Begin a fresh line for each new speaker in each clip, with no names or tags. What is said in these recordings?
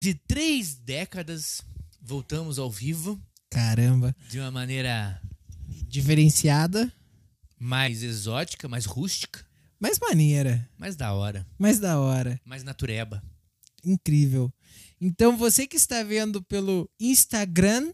de três décadas, voltamos ao vivo
Caramba.
de uma maneira
Diferenciada,
mais exótica, mais rústica,
mas maneira.
mais da hora,
Mais da hora.
mais natureba.
Incrível. Então, você que está vendo pelo Instagram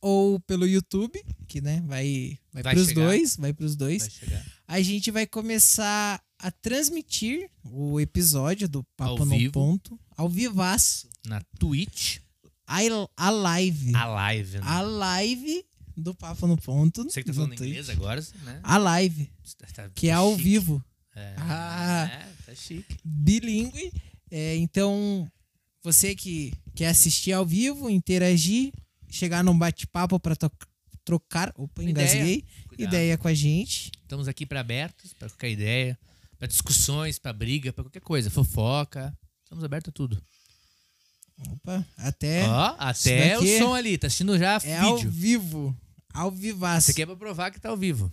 ou pelo YouTube, que né, vai, vai,
Vai
pros
chegar.
dois, vai pros dois.
Vai chegar
a gente vai começar a transmitir o episódio do Papo
Ao
no
vivo.
Ponto ao vivaço.
na Twitch,
A, a live.
a live. Né?
A live do Papo no Ponto.
Você que tá
no
falando
Twitch.
inglês agora, né?
A live,
Você tá- tá-
que é
tá
ao
chique.
vivo,
É,
Ah.
é, tá chique.
bilíngue. É, então, você que quer assistir ao vivo, interagir, chegar num bate-papo para trocar. Opa,
Ideia.
engasguei.
Cuidado.
ideia com a gente.
Estamos aqui para abertos, para qualquer ideia, para discussões, para briga, para qualquer coisa, fofoca. Estamos abertos a tudo.
Opa, até
Ó, até o
É. daqui
som ali, tá assistindo já
é ao
vídeo.
vivo. Ao
Isso
vivaço.
aqui é pra provar que tá ao vivo.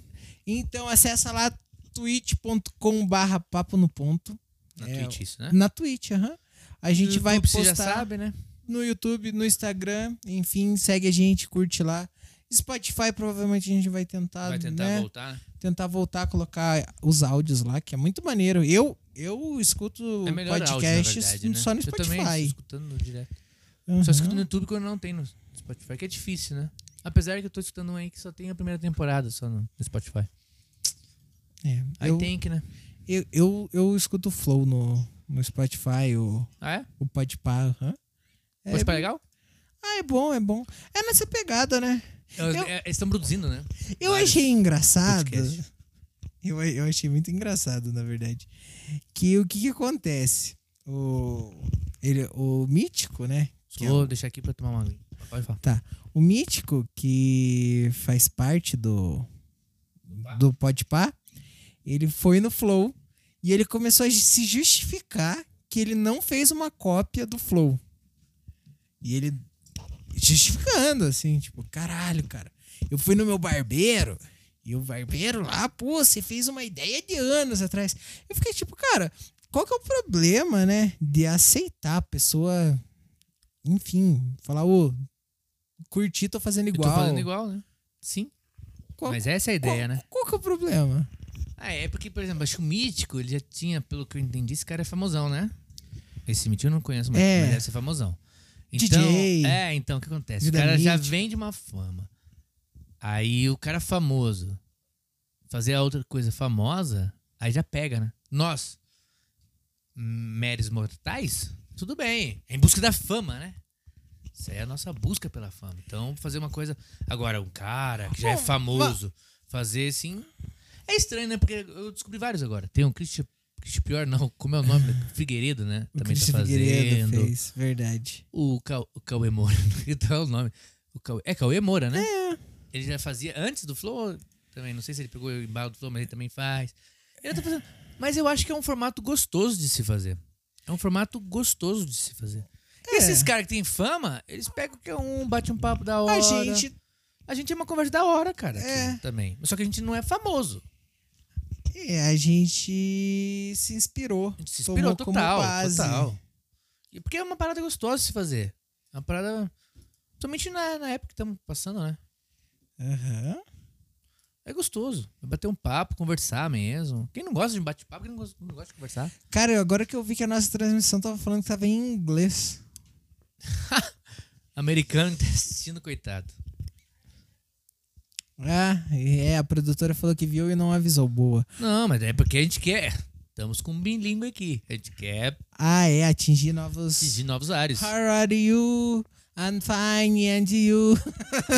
Então acessa lá twitch.com barra papo no ponto.
Na
É,
Twitch, isso, né?
Na Twitch, aham. A gente vai
YouTube, Uhum. você já
postar
sabe, né?
no YouTube, no Instagram, enfim, segue a gente, curte lá. Spotify provavelmente a gente vai tentar,
Vai tentar
né,
voltar.
tentar voltar a colocar os áudios lá, que é muito maneiro. Eu eu escuto
É melhor áudio,
podcasts
na verdade, né?
só no
Eu também
Spotify.
estou escutando no direto.
Uhum.
Só escuto no YouTube quando não tem no Spotify, que é difícil, né? Apesar que eu tô escutando um aí que só tem a primeira temporada só no no Spotify.
É,
Aí
eu,
tem que, né?
eu, eu, eu escuto o Flow no, no Spotify, o,
Ah, é?
o Podpah. aham. É,
Pode ficar legal?
Ah, é bom, é bom. É nessa pegada, né? Eu-
É, Eles estão produzindo, né?
Eu
Vários
achei engraçado.
podcasts.
Eu, eu achei muito engraçado, na verdade. Que o que, que acontece? O, ele, o mítico, né? Que é
Vou deixar aqui pra tomar uma aguinha. Pode falar.
O mítico que faz parte do do Podpah, ele foi no Flow e ele começou a se justificar que ele não fez uma cópia do Flow. E ele justificando assim, tipo, caralho, cara. Eu fui no meu barbeiro e o barbeiro lá, pô, você fez uma ideia de anos atrás. Eu fiquei tipo, cara, qual que é o problema, né, de aceitar a pessoa, enfim, falar, ô, curti, tô fazendo
Eu
igual.
tô fazendo igual, né? Sim.
Qual-
Mas essa é a
Qual-
ideia, né?
Qual que é o problema?
Ah, é porque, por exemplo, acho que o Mítico, ele já tinha, pelo que eu entendi, esse cara é famosão, né? Esse Mítico eu não conheço, mas,
É.
mas deve ser famosão.
DJ.
Então, É, então, o que acontece?
Vida
o cara já
mítica.
vem de uma fama. Aí o cara famoso fazer a outra coisa famosa, aí já pega, né? Nós, meros mortais, tudo bem. É em busca da fama, né? Isso aí é a nossa busca pela fama. Então, fazer uma coisa... Agora, um cara que já é
Tá Bom,
famoso, fazer assim... É estranho, né? Porque eu descobri vários agora. Tem um Christian, Christian Pior, não, como é o nome? Figueiredo, né?
O
Também tá
Cristian Figueiredo
fazendo.
fez, verdade.
O, Cau, o Cauê Moura, então é o nome. O Cauê, é Cauê Moura, né? Ele já fazia antes do Flow também. Não sei se ele pegou o embalo do Flow, mas ele também faz. Ele tá fazendo. Mas eu acho que é um formato gostoso de se fazer. É um formato gostoso de se fazer.
É.
Esses caras que têm fama, eles pegam que é um, bate um papo da hora.
A gente.
a gente é uma conversa da hora, cara. aqui
É.
Também. Só que a gente não é famoso.
é, a gente se inspirou.
A gente se inspirou
Tomou como
total,
base.
total. E porque é uma parada gostosa de se fazer. É uma parada. Principalmente na, na época que estamos passando, né?
Aham.
É gostoso. É bater um papo, conversar mesmo. Quem não gosta de bate-papo, quem não gosta, não gosta de conversar.
Cara, agora que eu vi que a nossa transmissão tava falando que tava em inglês.
Americano que tá assistindo, coitado.
Ah, é, a produtora falou que viu e não avisou. Boa.
Não, mas é porque a gente quer. Estamos com um bilíngue aqui. A gente quer
Ah, é, atingir novos.
atingir novos ares.
How are you? I'm fine and you.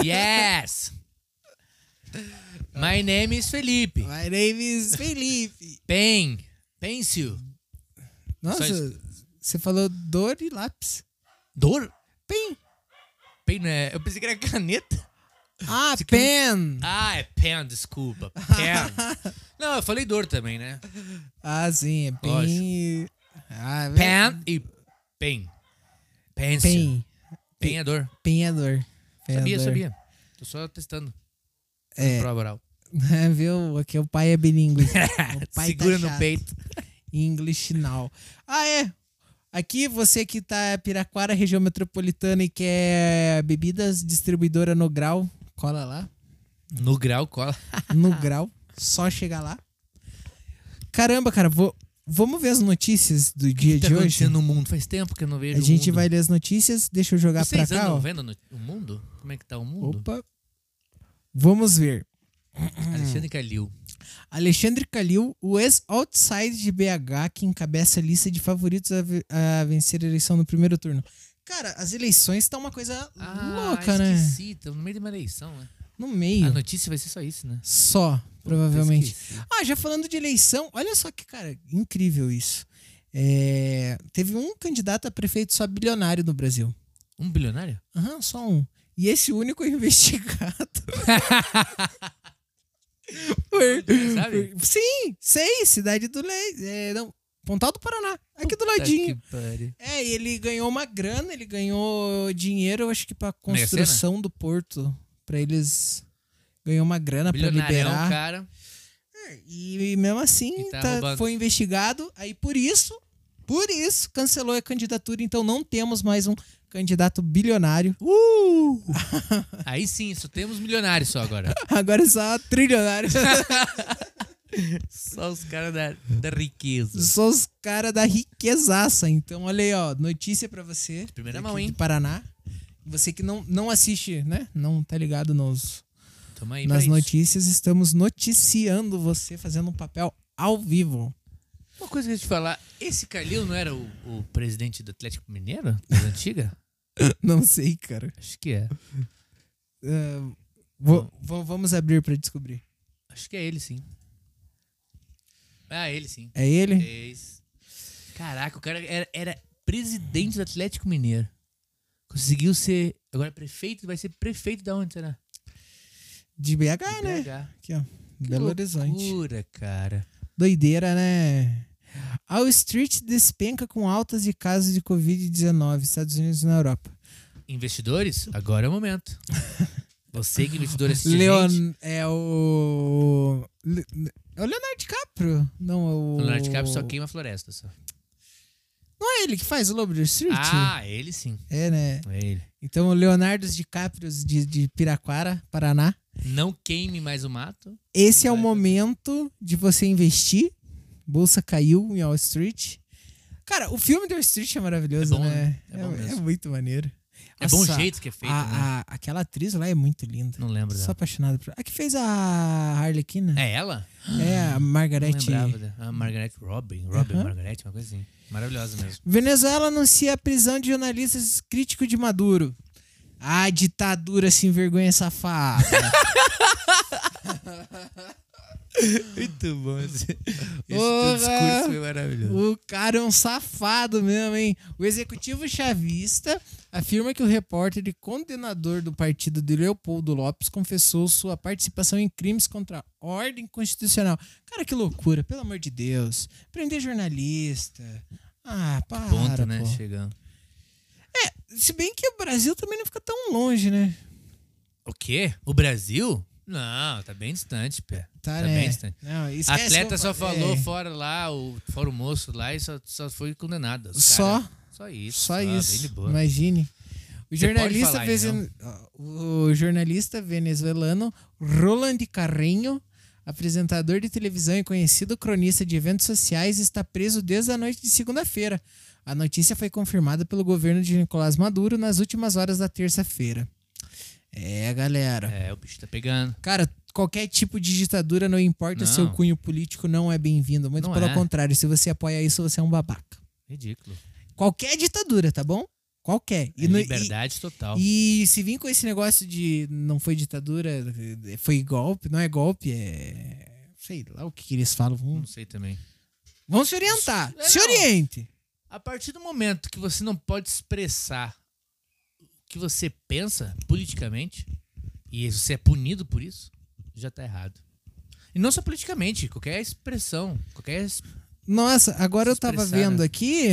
yes! My name is Felipe.
My name is Felipe.
Pen. Pencil.
Nossa, você falou dor e lápis.
Dor?
Pen.
Pen, né? Eu pensei que era caneta.
Ah, pen.
Ah, é pen, desculpa. Pen. Não, eu falei dor também, né?
Ah, sim, é pen.
Lógico.
e- Ah,
Pen e pen. Pencil. Pen.
Pen.
é dor.
Pen é dor. Pen é
Sabia,
dor.
sabia. Tô só testando.
É.
Prova oral.
É, viu? Aqui o pai é bilíngue. O pai
Segura
tá
no
chato.
peito.
English now. Ah, é. Aqui, você que tá Piraquara, região metropolitana e quer bebidas, distribuidora no grau, cola lá.
No grau cola.
No grau, só chegar lá. Caramba, cara, vou- vamos ver as notícias do
O que
dia
tá
de hoje.
acontecendo no mundo? Faz tempo que eu não vejo
A
o
gente
mundo.
vai ler as notícias, deixa eu jogar
Vocês
pra cá.
andam
ó.
vendo no- o mundo? Como é que tá o mundo?
Opa. Vamos ver.
Alexandre Calil.
Alexandre Calil, o ex-outside de BH, que encabeça a lista de favoritos a, ve- a vencer a eleição no primeiro turno. Cara, as eleições tá uma coisa
Ah,
louca, né?
esqueci. Tamo no meio de uma eleição, né?
No
A
meio.
notícia vai ser só isso, né? Tá
Só, provavelmente.
Esqueci.
Ah, já falando de eleição, olha só que, cara, incrível isso. É, teve um candidato a prefeito só bilionário no Brasil.
Um bilionário?
Aham, só um. E esse único é investigado. Por-
Sabe?
por- Sim, sei, Cidade do Leite. É, não, Pontal do Paraná, aqui do
Puta
ladinho.
Tá que pariu.
É, e ele ganhou uma grana, ele ganhou dinheiro, eu acho que pra
Mega Sena?
construção do porto. Pra eles. Ganhou uma grana pra
Bilionário é um
liberar.
cara.
E mesmo assim,
E tá
tá-
roubando.
foi investigado. Aí por isso, por isso, cancelou a candidatura. Então não temos mais um candidato bilionário. Uh!
Aí sim, só temos milionários só agora.
Agora é só trilionário.
só os caras da, da riqueza.
Só os caras da riquezaça. Então, olha aí, ó. Notícia pra você.
Primeira
daqui
mão, hein?
De Paraná. Você que não, não assiste, né? Não tá ligado nos,
Tamo aí pra
nas
isso.
notícias. Estamos noticiando você fazendo um papel ao vivo.
Uma coisa que eu ia te falar. Esse Calil não era o, o presidente do Atlético Mineiro? Das antigas?
Não sei, cara.
Acho que é.
Ah, vou- vou- vamos abrir pra descobrir.
Acho que é ele, sim. Ah, ele sim.
É ele?
Três. Caraca, o cara era, era presidente do Atlético Mineiro. Conseguiu ser. Agora é prefeito, vai ser prefeito da onde será?
De BH,
De
né?
BH.
Aqui, ó.
Que
Belo Horizonte.
Loucura, cara.
Doideira, né? All Street despenca com altas de casos de Covid-19, Estados Unidos e na Europa.
Investidores, agora é o momento. Você que é investidor assiste a gente.
Leon é o. Le- É o Leonardo DiCaprio. Não, é o.
O Leonardo DiCaprio só queima a floresta. Só.
Não é ele que faz o Lobo de Wall Street?
Ah, ele sim.
É, né?
É ele.
Então, o Leonardo DiCaprio de, de Piraquara, Paraná.
Não queime mais o mato.
Esse é o
Vai, vai.
momento de você investir. Bolsa caiu em Wall Street. Cara, o filme do Wall Street é maravilhoso,
É bom,
né?
né? É bom mesmo.
muito maneiro.
É bom o
Nossa,
jeito que é feito,
a-
né?
a- aquela atriz lá é muito linda.
Não lembro
Sou
dela.
apaixonado por. A que fez a Harlequina?
É ela?
É, a
Não
Margaret.
lembrava dela. A Margaret Robin. Robin,
Aham.
Margaret, uma coisa assim. Maravilhosa mesmo.
Venezuela anuncia a prisão de jornalistas crítico de Maduro. A ditadura sem vergonha safada.
Muito bom esse,
Porra!
discurso foi maravilhoso.
o cara é um safado mesmo, hein? O executivo chavista afirma que o repórter e condenador do partido de Leopoldo Lopes confessou sua participação em crimes contra a ordem constitucional. Cara, que loucura, pelo amor de Deus. Prender jornalista. Ah, para,
Ponto, né?
pô.
Chegando.
Se bem que o Brasil também não fica tão longe, né?
O quê? O Brasil? Não, tá bem distante, pé. Tá
Tá, né?
bem distante.
Não, esquece É. que
Atleta
eu
só
falei.
falou fora lá, o, fora o moço lá e só, só foi condenado. Os
Só?
cara- só isso. ah,
Só
Bem de
isso.
boa.
Imagine. O
Você pode
jornalista,
falar, então?
veze- o jornalista venezuelano Roland Carreño, apresentador de televisão e conhecido cronista de eventos sociais, está preso desde a noite de segunda-feira. A notícia foi confirmada pelo governo de Nicolás Maduro nas últimas horas da terça-feira. É, galera.
É, o bicho tá pegando.
Cara, qualquer tipo de ditadura, não importa
Não.
seu cunho político, não é bem-vindo. Muito
Não
pelo
é.
contrário, se você apoia isso, você é um babaca.
Ridículo.
Qualquer ditadura, tá bom? Qualquer.
É
E, no-
liberdade total.
e- e se vir com esse negócio de não foi ditadura, foi golpe, não é golpe, é. Sei lá o que, que eles falam.
Não
Vamos,
sei também.
vamos se orientar.
É,
se
não.
oriente.
A partir do momento que você não pode expressar o que você pensa politicamente, e você é punido por isso, já tá errado. E não só politicamente, qualquer expressão, qualquer. es-
Nossa, agora eu
Se
tava
expressar,
vendo
né?
aqui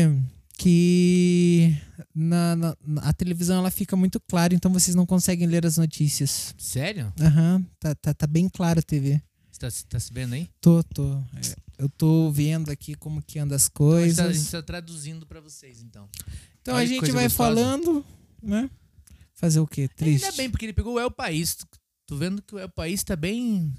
que na, na- na- a televisão ela fica muito clara, então vocês não conseguem ler as notícias.
Sério?
Aham, tá, tá, tá bem claro a TV.
Você tá, tá se vendo aí?
Tô, tô. É, Eu tô vendo aqui como que anda as
A gente tá- a
coisas.
gente tá traduzindo pra vocês, então.
Então
Olha
a
que
gente
coisa
vai
gostosa.
falando, né? Fazer o quê? Triste.
Ainda bem, porque ele pegou o El País. Tu- Tô vendo que o El País tá bem.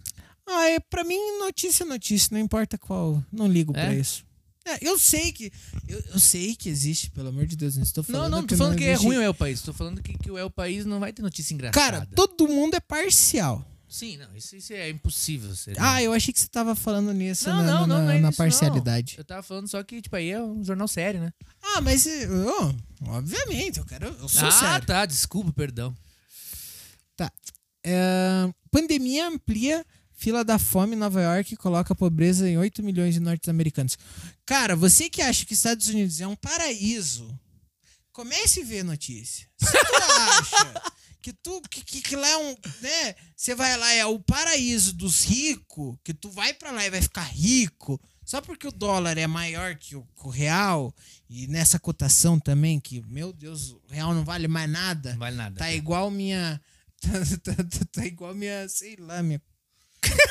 Ah, é, pra mim, notícia é notícia, não importa qual. Não ligo
É?
pra isso. É, eu sei que. Eu, eu sei que existe, pelo amor de Deus, não estou falando.
Não, não, tô falando que é
existe.
ruim o El País. Tô falando que, que o El País não vai ter notícia engraçada.
Cara, todo mundo é parcial.
Sim, não, isso, isso é impossível. Ser.
Ah, eu achei que você tava falando nisso
Não,
na,
não,
na-
não, não é
na
isso,
parcialidade.
Eu tava falando só que, tipo, aí é um jornal sério, né?
Ah, mas. eh, oh, obviamente, eu quero. Eu sou
ah,
sério.
tá, desculpa, perdão.
É, pandemia amplia fila da fome em Nova York e coloca a pobreza em 8 milhões de norte-americanos. Cara, você que acha que Estados Unidos é um paraíso, comece a ver notícia. Se tu acha que tu que, que- que lá é um, né, você vai lá é o paraíso dos ricos, que tu vai pra lá e vai ficar rico, só porque o dólar é maior que o, que o real e nessa cotação também que, meu Deus, o real não vale mais nada.
Não vale nada.
Tá igual minha. Tá, tá- tá- tá igual minha. Sei lá, minha.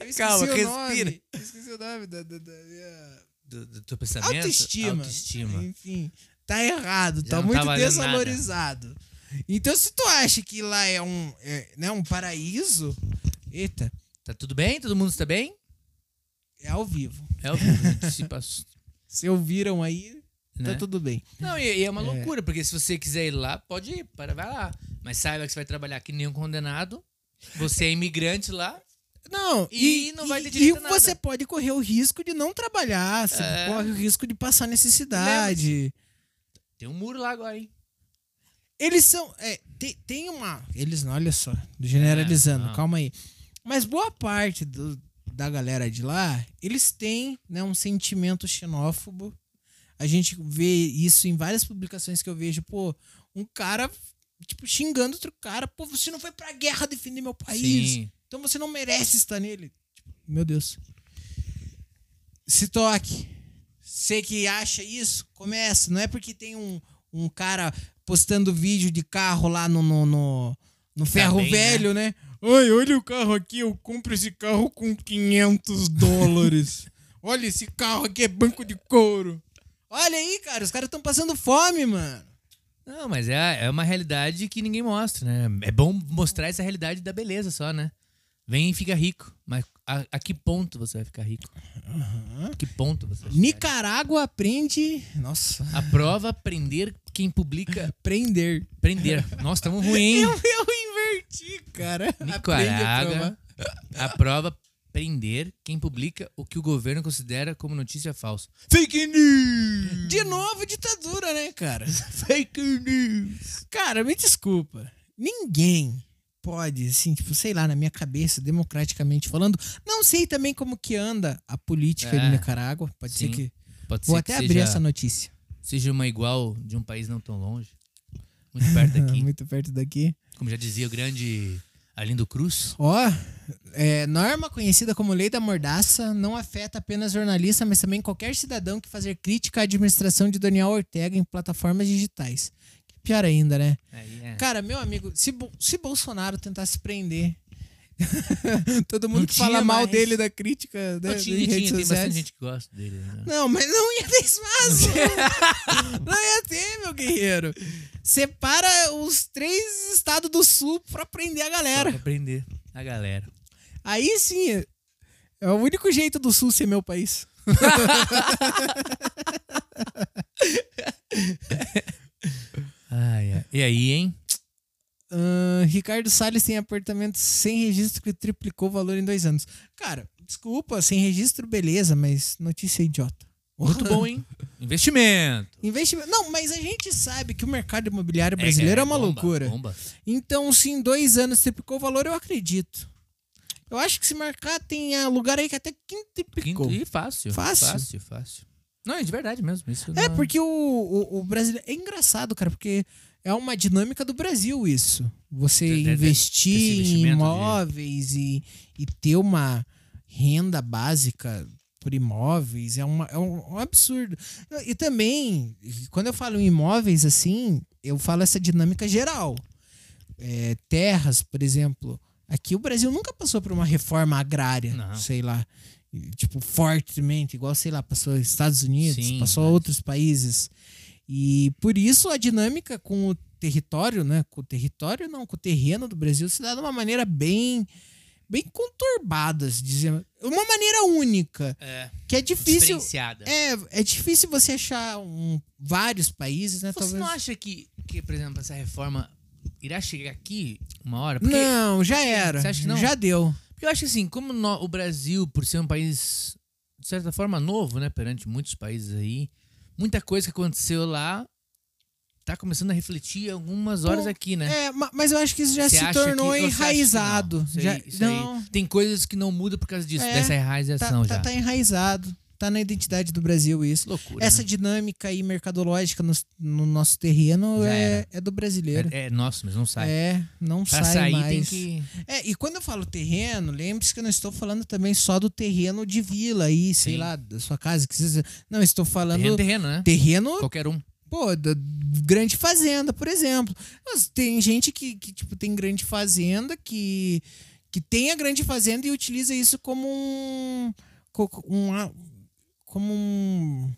Eu esqueci
Calma,
o nome.
respira.
Eu esqueci o nome da, da- da minha.
Do, do teu pensamento?
Autoestima.
Autoestima.
Enfim, tá errado.
Já
tá
não
muito
tá valendo nada.
desvalorizado. Então, se tu acha que lá é um, é, né, um paraíso. Eita,
Tá tudo bem? Todo mundo está bem?
é ao vivo.
É o que se passou,
Se ouviram aí,
né?
tá tudo bem.
Não, e, e é uma
É.
loucura, porque se você quiser ir lá, pode ir, para, vai lá. Mas saiba que você vai trabalhar que nem um condenado. Você é imigrante lá.
Não,
E não vai ter
e
direito a nada.
você pode correr o risco de não trabalhar, você
É.
corre o risco de passar necessidade.
Tem um muro lá agora, hein?
Eles são. é, tem, tem uma. Eles não, olha só, generalizando,
É, não.
calma aí. Mas boa parte do- da galera de lá, eles têm né, um sentimento xenófobo. A gente vê isso em várias publicações que eu vejo, pô, um cara, tipo, xingando outro cara, pô, você não foi pra guerra defender meu país.
Sim.
Então você não merece estar nele. Tipo, meu Deus. Se toque. Você que acha isso, começa. Não é porque tem um, um cara postando vídeo de carro lá no, no, no, no ferro
bem,
velho, né? Ai, olha o carro aqui, eu compro esse carro com 500 dólares. olha esse carro aqui, é banco de couro. Olha aí, cara, os caras estão passando fome, mano.
Não, mas é, é uma realidade que ninguém mostra, né? É bom mostrar essa realidade da beleza só, né? Vem e fica rico. Mas a, a que ponto você vai ficar rico? A que ponto você vai ficar rico?
Nicarágua aprende. Nossa,
Aprova aprender quem publica
aprender.
prender. Nossa, tamo ruim.
Eu, eu inverti, cara.
Nicarágua aprova prender quem publica o que o governo considera como notícia falsa.
Fake news! De novo, ditadura, né, cara?
Fake news.
cara, me desculpa. Ninguém pode, assim, tipo, sei lá, na minha cabeça, democraticamente falando. Não sei também como que anda a política
É.
de Nicarágua. Pode ser
Sim.
que.
Pode
Vou
ser
até
que
abrir
seja,
essa notícia.
seja uma igual de um país não tão longe. Muito perto daqui.
Muito perto daqui.
Como já dizia o grande Arlindo Cruz.
Ó, é, norma conhecida como Lei da Mordaça não afeta apenas jornalista, mas também qualquer cidadão que fazer crítica à administração de Daniel Ortega em plataformas digitais. Que pior ainda, né?
Aí é.
Cara, meu amigo, se, Bo- se Bolsonaro tentasse prender. Todo mundo
Não
que fala
tinha
mal
mais.
dele da crítica
Não,
né,
tinha,
em
tinha,
redes
tem bastante
sociais.
gente que gosta dele. né?
Não, mas não ia ter espaço. não ia ter, meu guerreiro. Separa os três estados do sul pra prender a
Só
galera.
pra aprender a galera.
Aí sim, é o único jeito do Sul ser meu país.
Ai, ai. E aí, hein?
Ahn, Ricardo Salles tem apartamento sem registro que triplicou o valor em dois anos. Cara, desculpa, sem registro, beleza, mas notícia idiota.
Muito bom, hein? Investimento.
Investimento. Não, mas a gente sabe que o mercado imobiliário brasileiro é, uma
bomba,
loucura.
Bomba.
Então, se em dois anos triplicou o valor, eu acredito. Eu acho que esse mercado tem ah, lugar aí que até quintuplicou.
Quinto, e fácil.
Fácil.
Fácil, fácil. Não, é de verdade mesmo. Isso
É,
não-
porque o, o, o brasileiro. É engraçado, cara, porque é uma dinâmica do Brasil isso. Você
De- de- de- esse
investir em
investimento de-
imóveis e, e ter uma renda básica por imóveis é, uma, é um, um absurdo. E também, quando eu falo em imóveis assim, eu falo essa dinâmica geral. É, terras, por exemplo. Aqui o Brasil nunca passou por uma reforma agrária,
Não.
sei lá. e, tipo, fortemente, igual, sei lá, passou aos Estados Unidos,
Sim,
passou a
mas-
outros países. E por isso a dinâmica com o território, né? Com o território, não, com o terreno do Brasil se dá de uma maneira bem bem conturbada, se dizer, uma maneira única,
É,
que é difícil,
diferenciada.
é, é difícil você achar um, vários países, né?
Você
talvez.
não acha que, que, por exemplo, essa reforma irá chegar aqui uma hora? Porque,
Não, já era.
Você acha que não?
Já deu.
porque eu acho assim, como nó- o Brasil, por ser um país, de certa forma, novo, né, perante muitos países aí, muita coisa que aconteceu lá tá começando a refletir algumas horas
Pô,
aqui, né?
É, ma- mas eu acho que isso já
Você
se
acha que-
tornou
ou você acha que não?
enraizado.
Isso aí-
já,
isso aí-
não,
Tem coisas que não mudam por causa disso,
É,
dessa
tá,
enraização
tá-
já.
tá enraizado. Tá na identidade do Brasil isso.
Loucura.
Essa
né?
dinâmica aí mercadológica no, no nosso terreno
Já
é,
era.
é do brasileiro.
É, é, nossa, mas não sai.
É, não
pra
sai
sair tem
mais.
que.
É, e quando eu falo terreno, lembre-se que eu não estou falando também só do terreno de vila aí, sei
Sim.
lá, da sua casa. Que você... Não, eu estou falando
Terreno,
terreno,
terreno, né? Qualquer um.
Pô, da grande fazenda, por exemplo. Mas tem gente que, que, tipo, tem grande fazenda que, que tem a grande fazenda e utiliza isso como um. co- co- um a- como um.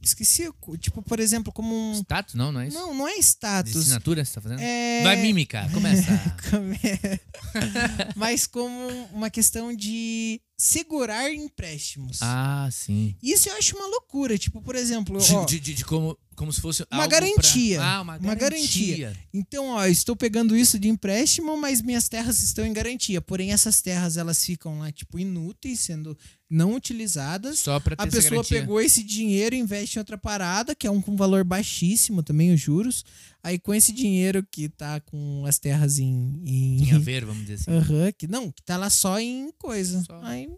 Esqueci. co- Tipo, por exemplo, como um.
Status, não, não é isso?
Não, não é
De
status.
assinatura você tá fazendo?
É.
Vai mímica, começa.
Como é? Mas como uma questão de segurar empréstimos.
ah, sim.
Isso eu acho uma loucura. Tipo, por exemplo. ó,
De, de- de- de como, como se fosse
Uma
algo pra-
garantia.
Ah, uma,
Uma
garantia.
Então, ó, estou pegando isso de empréstimo, mas minhas terras estão em garantia. Porém, essas terras elas ficam lá tipo inúteis, sendo não utilizadas.
Só pra ter
A
essa
pessoa
garantia.
pegou esse dinheiro, e investe em outra parada, que é um com valor baixíssimo também os juros. Aí com esse dinheiro que tá com as terras em, em-
Tinha a ver, vamos dizer assim.
Aham, que não, que tá lá só em coisa.
Só.
Aí-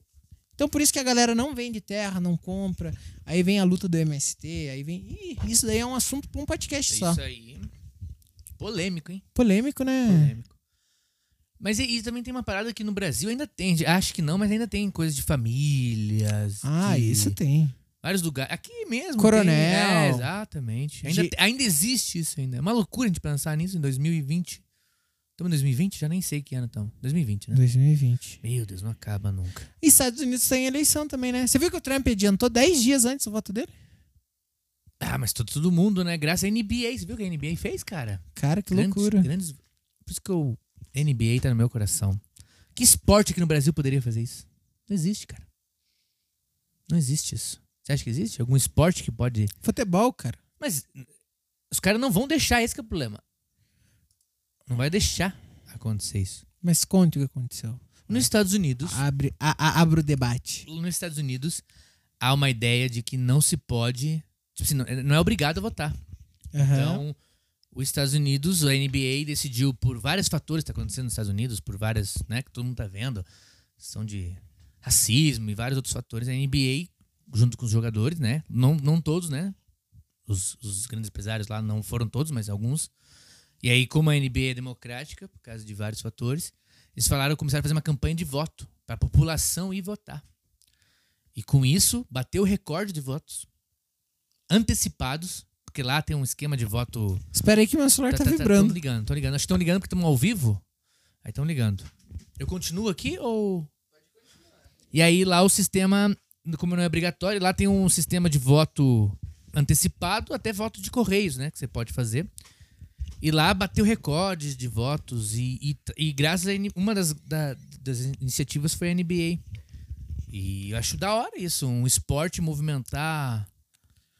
então por isso que a galera não vende terra, não compra. Aí vem a luta do MST, aí vem, Ih, isso daí é um assunto para um podcast
É
só.
Isso aí. Polêmico, hein?
Polêmico, né?
Polêmico. Mas e, e também tem uma parada que no Brasil ainda tem. de- Acho que não, mas ainda tem coisa de famílias.
Ah,
de
isso tem.
Vários lugares. Aqui mesmo.
Coronel.
tem- é, exatamente. Ainda,
Ge-
te- ainda existe isso ainda. É uma loucura a gente pensar nisso em 2020. Estamos em 2020? Já nem sei que ano estamos. 2020, né?
2020.
Meu Deus, não acaba nunca.
E Estados Unidos tem eleição também, né? Você viu que o Trump adiantou 10 dias antes o voto dele?
Ah, mas todo, todo mundo, né? Graças à NBA. Você viu o que a NBA fez, cara?
Cara, que
Grandes-
loucura.
Grandes, por isso que o NBA tá no meu coração. Que esporte aqui no Brasil poderia fazer isso? Não existe, cara. Não existe isso. Você acha que existe? Algum esporte que pode.
Futebol, cara.
Mas n- os caras não vão deixar, esse que é o problema. Não vai deixar acontecer isso.
Mas conte o que aconteceu.
Nos Estados Unidos,
Abre, a- a- abre o debate.
nos Estados Unidos, há uma ideia de que não se pode. Tipo assim, não, não é obrigado a votar.
Aham.
Então, os Estados Unidos, a NBA decidiu por vários fatores que está acontecendo nos Estados Unidos, por várias, né, que todo mundo tá vendo, são de racismo e vários outros fatores. A NBA, junto com os jogadores, né, não, não todos, né, os, os grandes empresários lá não foram todos, mas alguns. E aí, como a NBA é democrática, por causa de vários fatores, eles falaram, começaram a fazer uma campanha de voto para a população ir votar. E com isso, bateu o recorde de votos antecipados, porque lá tem um esquema de voto
Espera aí que meu celular tá, vibrando.
Estão ligando, estão ligando. Acho que estão ligando porque estamos ao vivo. Aí estão ligando. Eu continuo aqui ou. E aí lá o sistema, como não é obrigatório, lá tem um sistema de voto antecipado, até voto de correios, né? Que você pode fazer. E lá bateu recordes de votos e, e, e graças a N- uma das, da- das iniciativas foi a NBA. E eu acho da hora isso, um esporte movimentar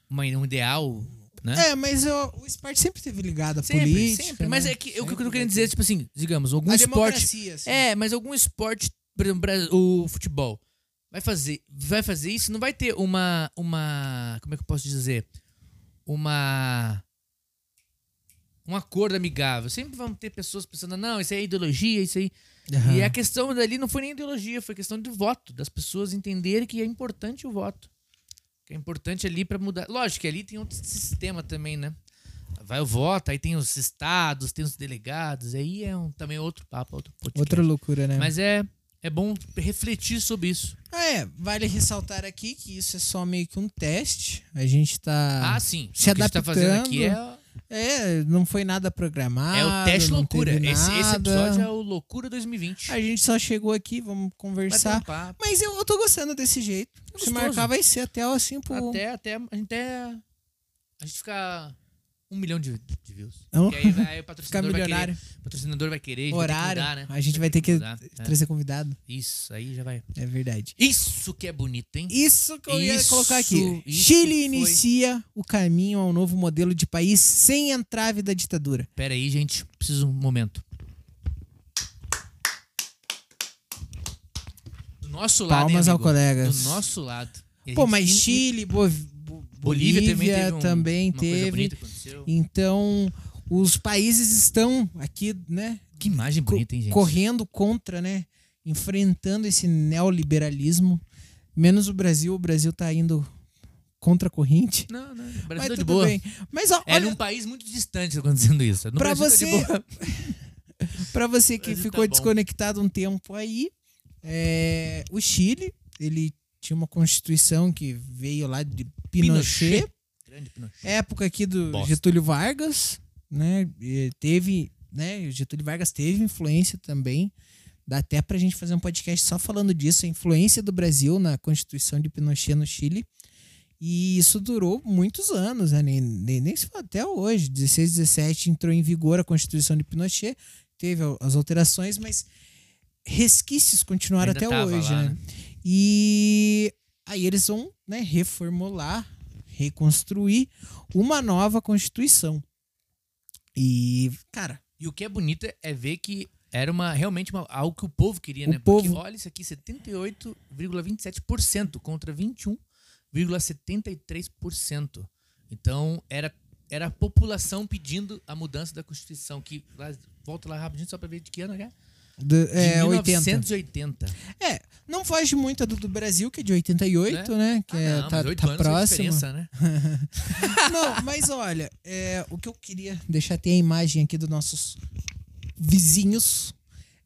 uma, um ideal, né?
É, mas eu- o esporte sempre teve ligado à
Sempre,
política.
sempre.
né?
Mas é que eu- o que eu
Sempre
tô querendo
vai
dizer,
ter.
tipo assim, digamos, algum
a
esporte.
democracia, assim.
É, mas algum esporte, por exemplo, Bra- o futebol, vai fazer, vai fazer isso, não vai ter uma, uma, como é que eu posso dizer, uma, um acordo amigável. Sempre vão ter pessoas pensando, não, isso aí é ideologia, isso aí.
Aham.
E é a questão dali não foi nem ideologia, foi questão de voto, das pessoas entenderem que é importante o voto. Que é importante ali pra mudar. Lógico que ali tem outro sistema também, né? Vai o voto, aí tem os estados, tem os delegados, aí é um, também outro papo, outro podcast.
Outra loucura, né?
Mas é, é bom refletir sobre isso.
Ah, é. Vale ressaltar aqui que isso é só meio que um teste. A gente tá.
Ah, sim.
se
o que a gente tá fazendo
adaptando.
aqui é
É, não foi nada programado.
é o teste
não
loucura.
teve
Esse, esse
nada.
episódio é o Loucura 2020.
A gente só chegou aqui, vamos
Bater um
conversar.
papo.
Mas eu, eu tô gostando desse jeito. Se
Tá gostoso.
marcar, vai ser até assim pro.
Até, até, a gente até. A gente fica um milhão de, de views.
Não?
Porque aí, vai- aí o
Uhum. Ficar
patrocinador vai querer.
milionário.
O patrocinador vai querer. a gente vai ter que
Horário.
mudar, né?
A gente vai ter que
mudar, né?
trazer convidado.
Isso, aí já vai.
É verdade.
Isso que é bonito, hein?
Isso que eu ia
Isso,
colocar aqui.
isso
Chile
foi-
inicia o caminho ao novo modelo de país sem entrave da ditadura.
Pera aí, gente. Preciso um momento. Do nosso lado.
Palmas
hein,
ao
amigo?
colega.
Do nosso lado. E a
Pô,
gente-
mas
e-
Chile, Bov- Bo- Bolívia, também
um-
teve.
uma coisa bonita que aconteceu.
Então, os países estão aqui, né,
Que imagem
co-
bonita, hein, gente?
correndo contra, né, enfrentando esse neoliberalismo. Menos o Brasil, o Brasil tá indo contra a corrente.
Não, não. O
Mas
Brasil tá de
tudo
boa.
bem. Mas ó,
Era
olha,
um país muito distante acontecendo isso. No
Pra
Brasil tá de
você-
boa.
Pra você que
Brasil
ficou
tá bom.
desconectado um tempo aí, é, o Chile, ele tinha uma constituição que veio lá de Pinochet,
Pinochet. Grande Pinochet.
época aqui do
Bosta.
Getúlio Vargas, né? E teve, né? o Getúlio Vargas teve influência também. Dá até pra gente fazer um podcast só falando disso, a influência do Brasil na Constituição de Pinochet no Chile. E isso durou muitos anos, né? nem, nem, nem se fala até hoje. 16, 17 entrou em vigor a Constituição de Pinochet, teve al- as alterações, mas resquícios continuaram
Ainda
até
tava
hoje.
lá,
né?
né?
E aí eles vão né, reformular, reconstruir uma nova Constituição. E, cara,
E o que é bonito é ver que era uma, realmente uma- algo que o povo queria,
O
né?
povo-
Porque olha isso aqui, 78,27% contra 21,73%. Então, era, era a população pedindo a mudança da Constituição, que lá- volta lá rapidinho só pra ver de que ano já?
do-
De
é, 80.
1980.
É, não foge muito a do, do Brasil, que é de 88, né? Que
Ah,
é,
não,
tá,
mas oito
tá
anos é
próximo.
diferença, né?
Não, mas olha, é, o que eu queria deixar tem a imagem aqui dos nossos vizinhos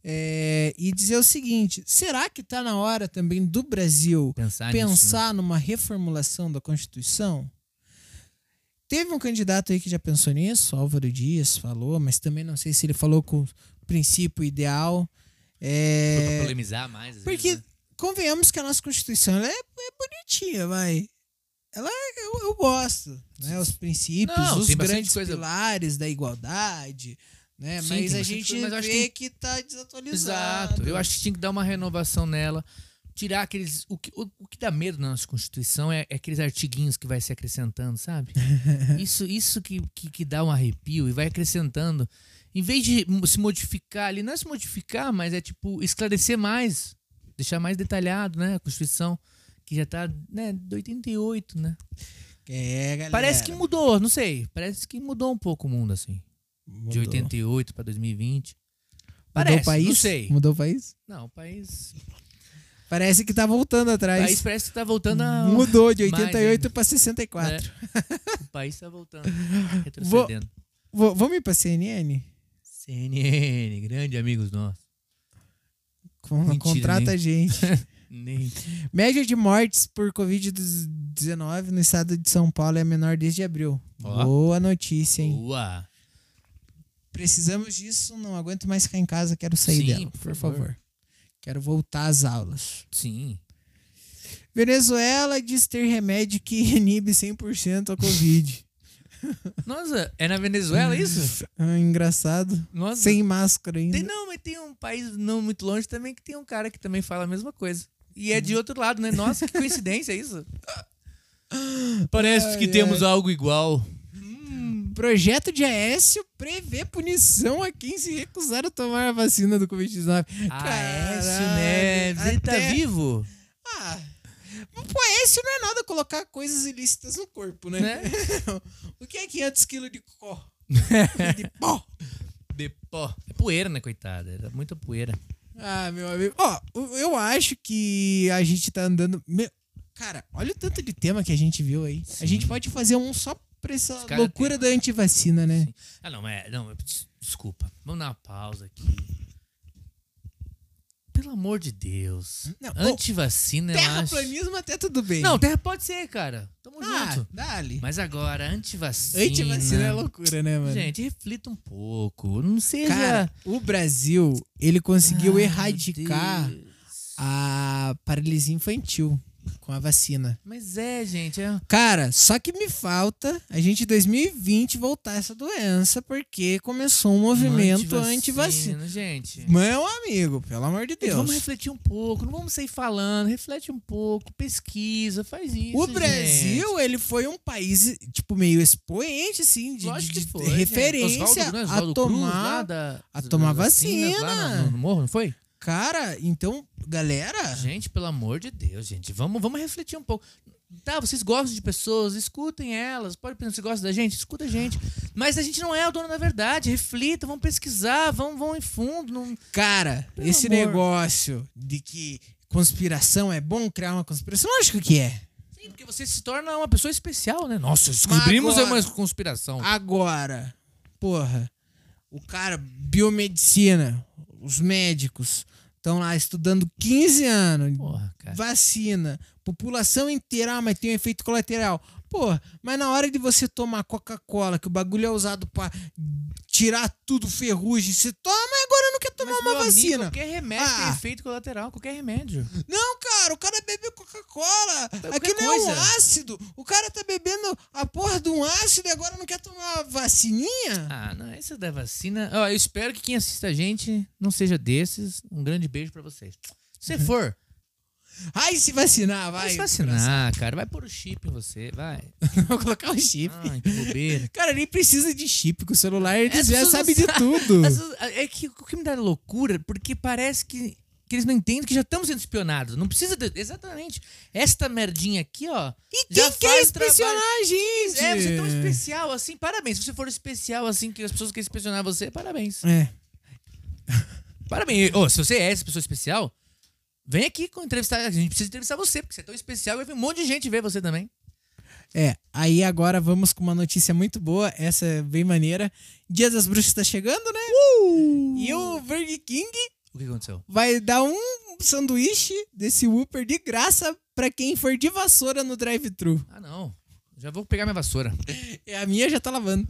é, e dizer o seguinte: será que tá na hora também do Brasil
Pensar, nisso, né?
pensar numa reformulação da Constituição? Teve um candidato aí que já pensou nisso, Álvaro Dias falou, mas também não sei se ele falou com o princípio ideal.
Foi pra
É,
polemizar mais. às
porque,
vezes, né?
convenhamos que a nossa Constituição ela é, é bonitinha, vai. Ela, eu, eu gosto, né? Os princípios,
Não,
os
tem bastante
grandes
coisa-
pilares da igualdade, né?
Sim, tem
mas a
bastante
gente
coisa, mas eu acho
vê que, tá desatualizado.
Exato. Eu acho que tinha que dar uma renovação nela. Tirar aqueles. O que, o, o que dá medo na nossa Constituição é, é aqueles artiguinhos que vai se acrescentando, sabe? isso isso que, que, que dá um arrepio e vai acrescentando. Em vez de mo- se modificar ali, não é se modificar, mas é tipo esclarecer mais, deixar mais detalhado, né? A Constituição, que já tá, né, de 88, né?
É, galera.
Parece que mudou, não sei. Parece que mudou um pouco o mundo, assim.
mudou.
De 88 pra 2020. Parece,
mudou o país?
não sei.
Mudou o país?
Não, o país
Parece que tá voltando
O
atrás.
país parece que tá voltando a.
Mudou de
mais
88
ainda. É.
para 64.
O país tá voltando. Retrocedendo.
Vou- vamos ir para CNN?
CNN, grande amigos nossos.
Com-
Mentira,
contrata
né?
a gente.
Nem.
Média de mortes por Covid-19 no estado de São Paulo é a menor desde abril.
Ó.
Boa notícia, hein?
Boa.
Precisamos disso, não aguento mais ficar em casa, quero sair
Sim,
dela,
por
por favor.
favor.
Quero voltar às aulas.
Sim.
Venezuela diz ter remédio que inibe 100% a Covid.
Nossa, é na Venezuela isso?
Ah, engraçado.
Nossa.
Sem máscara ainda.
Tem, não, mas tem um país não muito longe também que tem um cara que também fala a mesma coisa. E é de
Hum.
outro lado, né? Nossa, que coincidência isso. Parece
Ai,
que temos algo igual. um
Projeto de Aécio prevê punição a quem se recusar a tomar a vacina do Covid-19.
Aécio
Caralho,
Neves, ele tá
até-
vivo,
Ah, mas, pô, Aécio não é nada colocar coisas ilícitas no corpo, né?
né?
o que é 500 quilos de có? de pó?
De pó. É poeira, né, coitada? Era muita poeira.
Ah, meu amigo. Ó, eu- eu acho que a gente tá andando... Meu, cara, olha o tanto de tema que a gente viu aí. A
Sim.
gente pode fazer um só pra essa
caras
loucura da antivacina, né?
Sim. Ah, não, mas. Não, mas des- desculpa. Vamos dar uma pausa aqui. pelo amor de Deus.
Não, ô,
Antivacina, eu acho.
Terraplanismo até tudo bem.
Não, terra pode ser, cara. Tamo
ah,
junto.
dali.
Mas agora, antivacina.
Antivacina é loucura, né, mano?
Gente, reflita um pouco. Não seja.
Cara, o Brasil, ele conseguiu
Ai,
erradicar
meu Deus.
a paralisia infantil com a vacina.
Mas é, gente. É...
Cara, só que me falta a gente em 2020 voltar essa doença porque começou um movimento anti-vacina.
Gente.
Meu amigo, pelo amor de
Gente,
Deus.
Vamos refletir um pouco, não vamos sair falando, reflete um pouco, pesquisa, faz isso.
O
gente.
Brasil, ele foi um país, tipo, meio expoente, assim, de,
Lógico
de-
que
de
foi, gente.
referência
Oswaldo, né?
a
Oswaldo Cruz, lá
tomar.
da-
a tomar
das vacinas Lá
vacina.
no, no morro, não foi?
Cara, então, galera,
Gente, pelo amor de Deus, gente, vamos, vamos refletir um pouco. Tá, vocês gostam de pessoas, escutem elas. Pode pensar se gosta da gente, escuta a gente. Mas a gente não é o dono da verdade. Reflita, vamos pesquisar, vamos, vão em fundo. Não...
cara,
Pelo
esse
amor.
negócio de que conspiração é bom criar uma conspiração, lógico que é.
Sim, porque você se torna uma pessoa especial, né? Nossa, descobrimos
agora-
uma conspiração.
Agora, porra, o cara, biomedicina, os médicos estão lá estudando 15 anos,
Porra, cara.
vacina, população inteira, ah, mas tem um efeito colateral. Porra, mas na hora de você tomar Coca-Cola, que o bagulho é usado pra tirar tudo ferrugem, você toma, agora não quer tomar
Mas,
uma
meu amigo,
vacina.
qualquer remédio tem
Ah.
efeito colateral, qualquer remédio.
Não, cara, o cara bebeu Coca-Cola.
Tá, Qualquer
Aquilo é
coisa.
um ácido. O cara tá bebendo a porra de um ácido e agora não quer tomar vacininha?
Ah, não, essa da vacina. Ó, eu espero que quem assista a gente não seja desses. Um grande beijo pra vocês. Se você for,
Ai, se vacinar, Uhum. vai.
vai se vacinar, cara. Vai pôr o chip em você, vai.
Vou colocar o chip.
Ai, que bobeira.
Cara, nem precisa de chip, que o celular
Ah, então. É, as
eles já
pessoas
sabem
não
de tudo.
Mas, uh, é que o que me dá loucura, porque parece que, que eles não entendem que já estamos sendo espionados. Não precisa. de- exatamente. Esta merdinha aqui, ó.
E
já
quem é quer
faz trabalho-
inspecionar a gente?
É, você é tão especial assim, parabéns. Se você for especial assim, que as pessoas querem inspecionar você, parabéns.
É.
Parabéns. Ô, se você é essa pessoa especial, vem aqui com entrevistar. A gente precisa entrevistar você, porque você é tão especial e vai vir um monte de gente ver você também.
É, aí agora vamos com uma notícia muito boa, essa é bem maneira. Dia das Bruxas tá chegando, né?
Uh!
E o Burger King
O que aconteceu?
vai dar um sanduíche desse Whopper de graça pra quem for de vassoura no drive-thru.
Ah, não. Já vou pegar minha vassoura.
E A minha já tá lavando.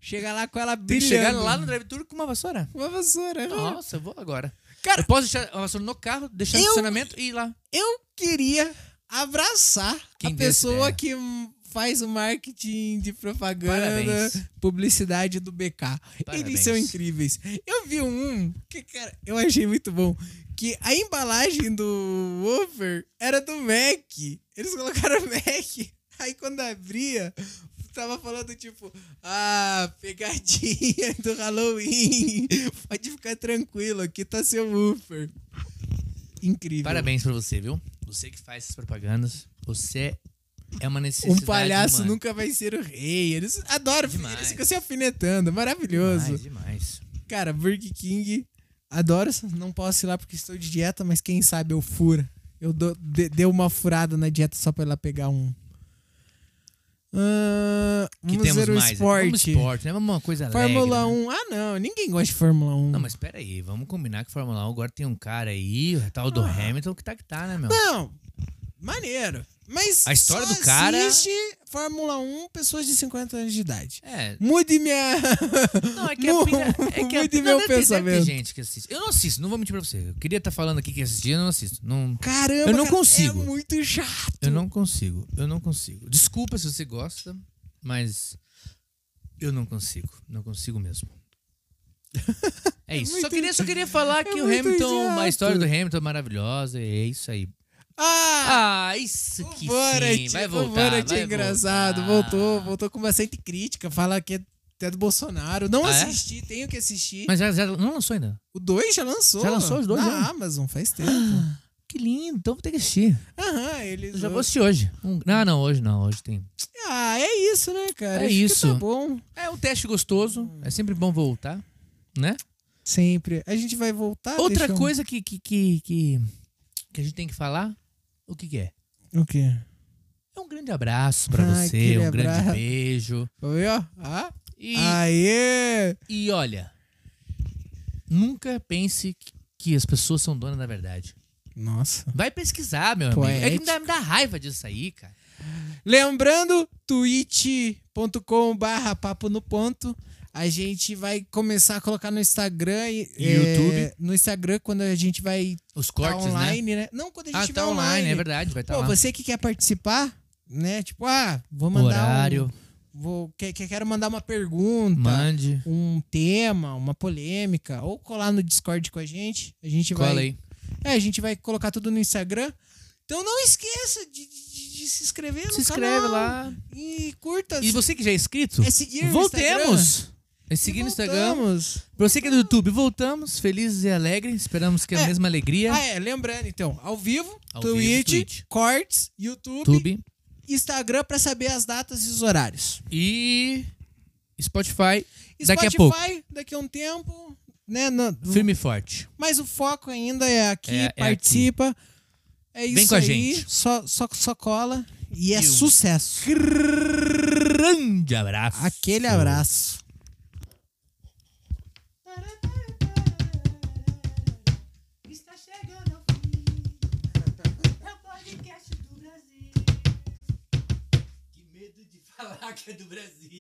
Chega lá com ela
Tem
brilhando.
que chegar lá no drive-thru com uma vassoura.
Uma vassoura. né?
Nossa, eu vou agora.
Cara-
eu posso deixar a vassoura no carro, deixar no
Eu-
estacionamento e ir lá.
Eu queria abraçar
Quem né?
a
deu essa
pessoa
ideia?
que hum, faz o marketing de propaganda,
Parabéns.
publicidade do BK. Eles
Parabéns.
são incríveis. Eu vi um que, cara, eu achei muito bom. Que a embalagem do Whopper era do Mac. Eles colocaram Mac. Aí quando abria, tava falando tipo, ah, pegadinha do Halloween. Pode ficar tranquilo, aqui tá seu Whopper. Incrível.
Parabéns pra você, viu? Você que faz essas propagandas, você é uma necessidade.
Um palhaço
humana.
nunca vai ser o rei. Eles adoram,
Demais.
eles ficam se alfinetando. Maravilhoso.
Demais, demais.
Cara, Burger King, adoro. só Não posso ir lá porque estou de dieta, mas quem sabe eu fura. Eu dou, de- dei uma furada na dieta só pra ir lá pegar um. Ah,
Que
vamos
temos
ver o
mais.
esporte.
Vamos esporte, né? Vamos uma coisa alegre.
Fórmula
né?
1. Ah, não. Ninguém gosta de Fórmula 1.
Não, mas pera aí, vamos combinar que Fórmula 1 agora tem um cara aí, o tal
Ah.
do Hamilton, que tá que tá, né, meu?
Não, maneiro. Mas
A história
só
do cara-
existe Fórmula 1 pessoas de 50 anos de idade.
É.
Mude minha.
Não, é que a pira, é que a,
Mude
não,
meu
deve ter- deve ter
pensamento.
gente que assiste. Eu não assisto, não vou mentir pra você. Eu queria estar falando aqui que assistia, eu não assisto. Não,
Caramba,
Eu não
cara,
consigo.
É muito chato.
eu não consigo, eu não consigo. Desculpa se você gosta, mas eu não consigo, não consigo mesmo. É isso. só,
muito- é
queria, só queria falar que o
muito
Hamilton, a
idiota.
história do Hamilton é maravilhosa, é isso aí.
Ah,
Ah, isso que sim, vai
o
voltar.
Borat
vai
é engraçado.
voltar.
Voltou, voltou com bastante crítica. Fala que é até do Bolsonaro. Não
Ah, é?
assisti, tenho que assistir.
Mas já, já não lançou ainda.
O 2 já lançou.
Já lançou os dois,
Na
já?
Amazon, faz tempo.
Ah. Que lindo, então vou ter que assistir.
Aham, eles.
Eu já vou assistir hoje.
Hum.
Um- Ah, não, hoje não, hoje tem.
Ah, é isso, né, cara?
É
Acho que
isso.
Tá bom.
É um teste gostoso, é sempre bom voltar, né?
Sempre. A gente vai voltar.
Outra
Ah, deixa eu-
coisa que, que, que, que, que a gente tem que falar, o que, que é?
O quê?
É um grande abraço pra
Ah,
você,
aquele
um grande
abraço.
beijo.
Foi, ó. Ah,
E,
Aê!
e olha, nunca pense que- que as pessoas são donas da verdade.
Nossa.
Vai pesquisar, meu amigo. É que me dá, me dá raiva disso aí, cara.
Lembrando, twitch.com barra papo no ponto. A gente vai começar a colocar no Instagram e é,
YouTube.
no Instagram quando a gente vai
Os
tá
cortes, né?
online, né? Não, quando a gente
Ah,
vai
tá online,
online.
é verdade, vai estar
Pô,
lá.
você que quer participar, né? Tipo, ah, vou mandar um-
Horário,
vou que, que- quero mandar uma pergunta,
mande,
um tema, uma polêmica, ou colar no Discord com a gente. A gente
cola
vai
aí.
É, a gente vai colocar tudo no Instagram. Então não esqueça de, de- de se inscrever
Se
no
inscreve
canal.
lá.
E curta.
E você que já é inscrito,
É seguir no Instagram.
voltemos. É seguir no Instagram.
Voltamos.
Pra você que é do YouTube, voltamos, felizes e alegres. Esperamos que
É.
a mesma alegria.
Ah, é, lembrando então, ao vivo,
Ao vivo,
Twitch,
Twitch.
Cortes, YouTube,
YouTube
Instagram pra saber as datas e os horários.
e Spotify. Daqui a
Spotify,
pouco.
daqui a um tempo, né? na-
Firme e forte.
Mas o foco ainda é aqui,
É- é aqui.
participa. É isso
com a
aí.
gente.
Só, só, só cola e é
E um
sucesso.
Grande abraço.
Aquele abraço.
Está chegando ao fim. É o podcast do Brasil.
Que medo de falar que é do Brasil.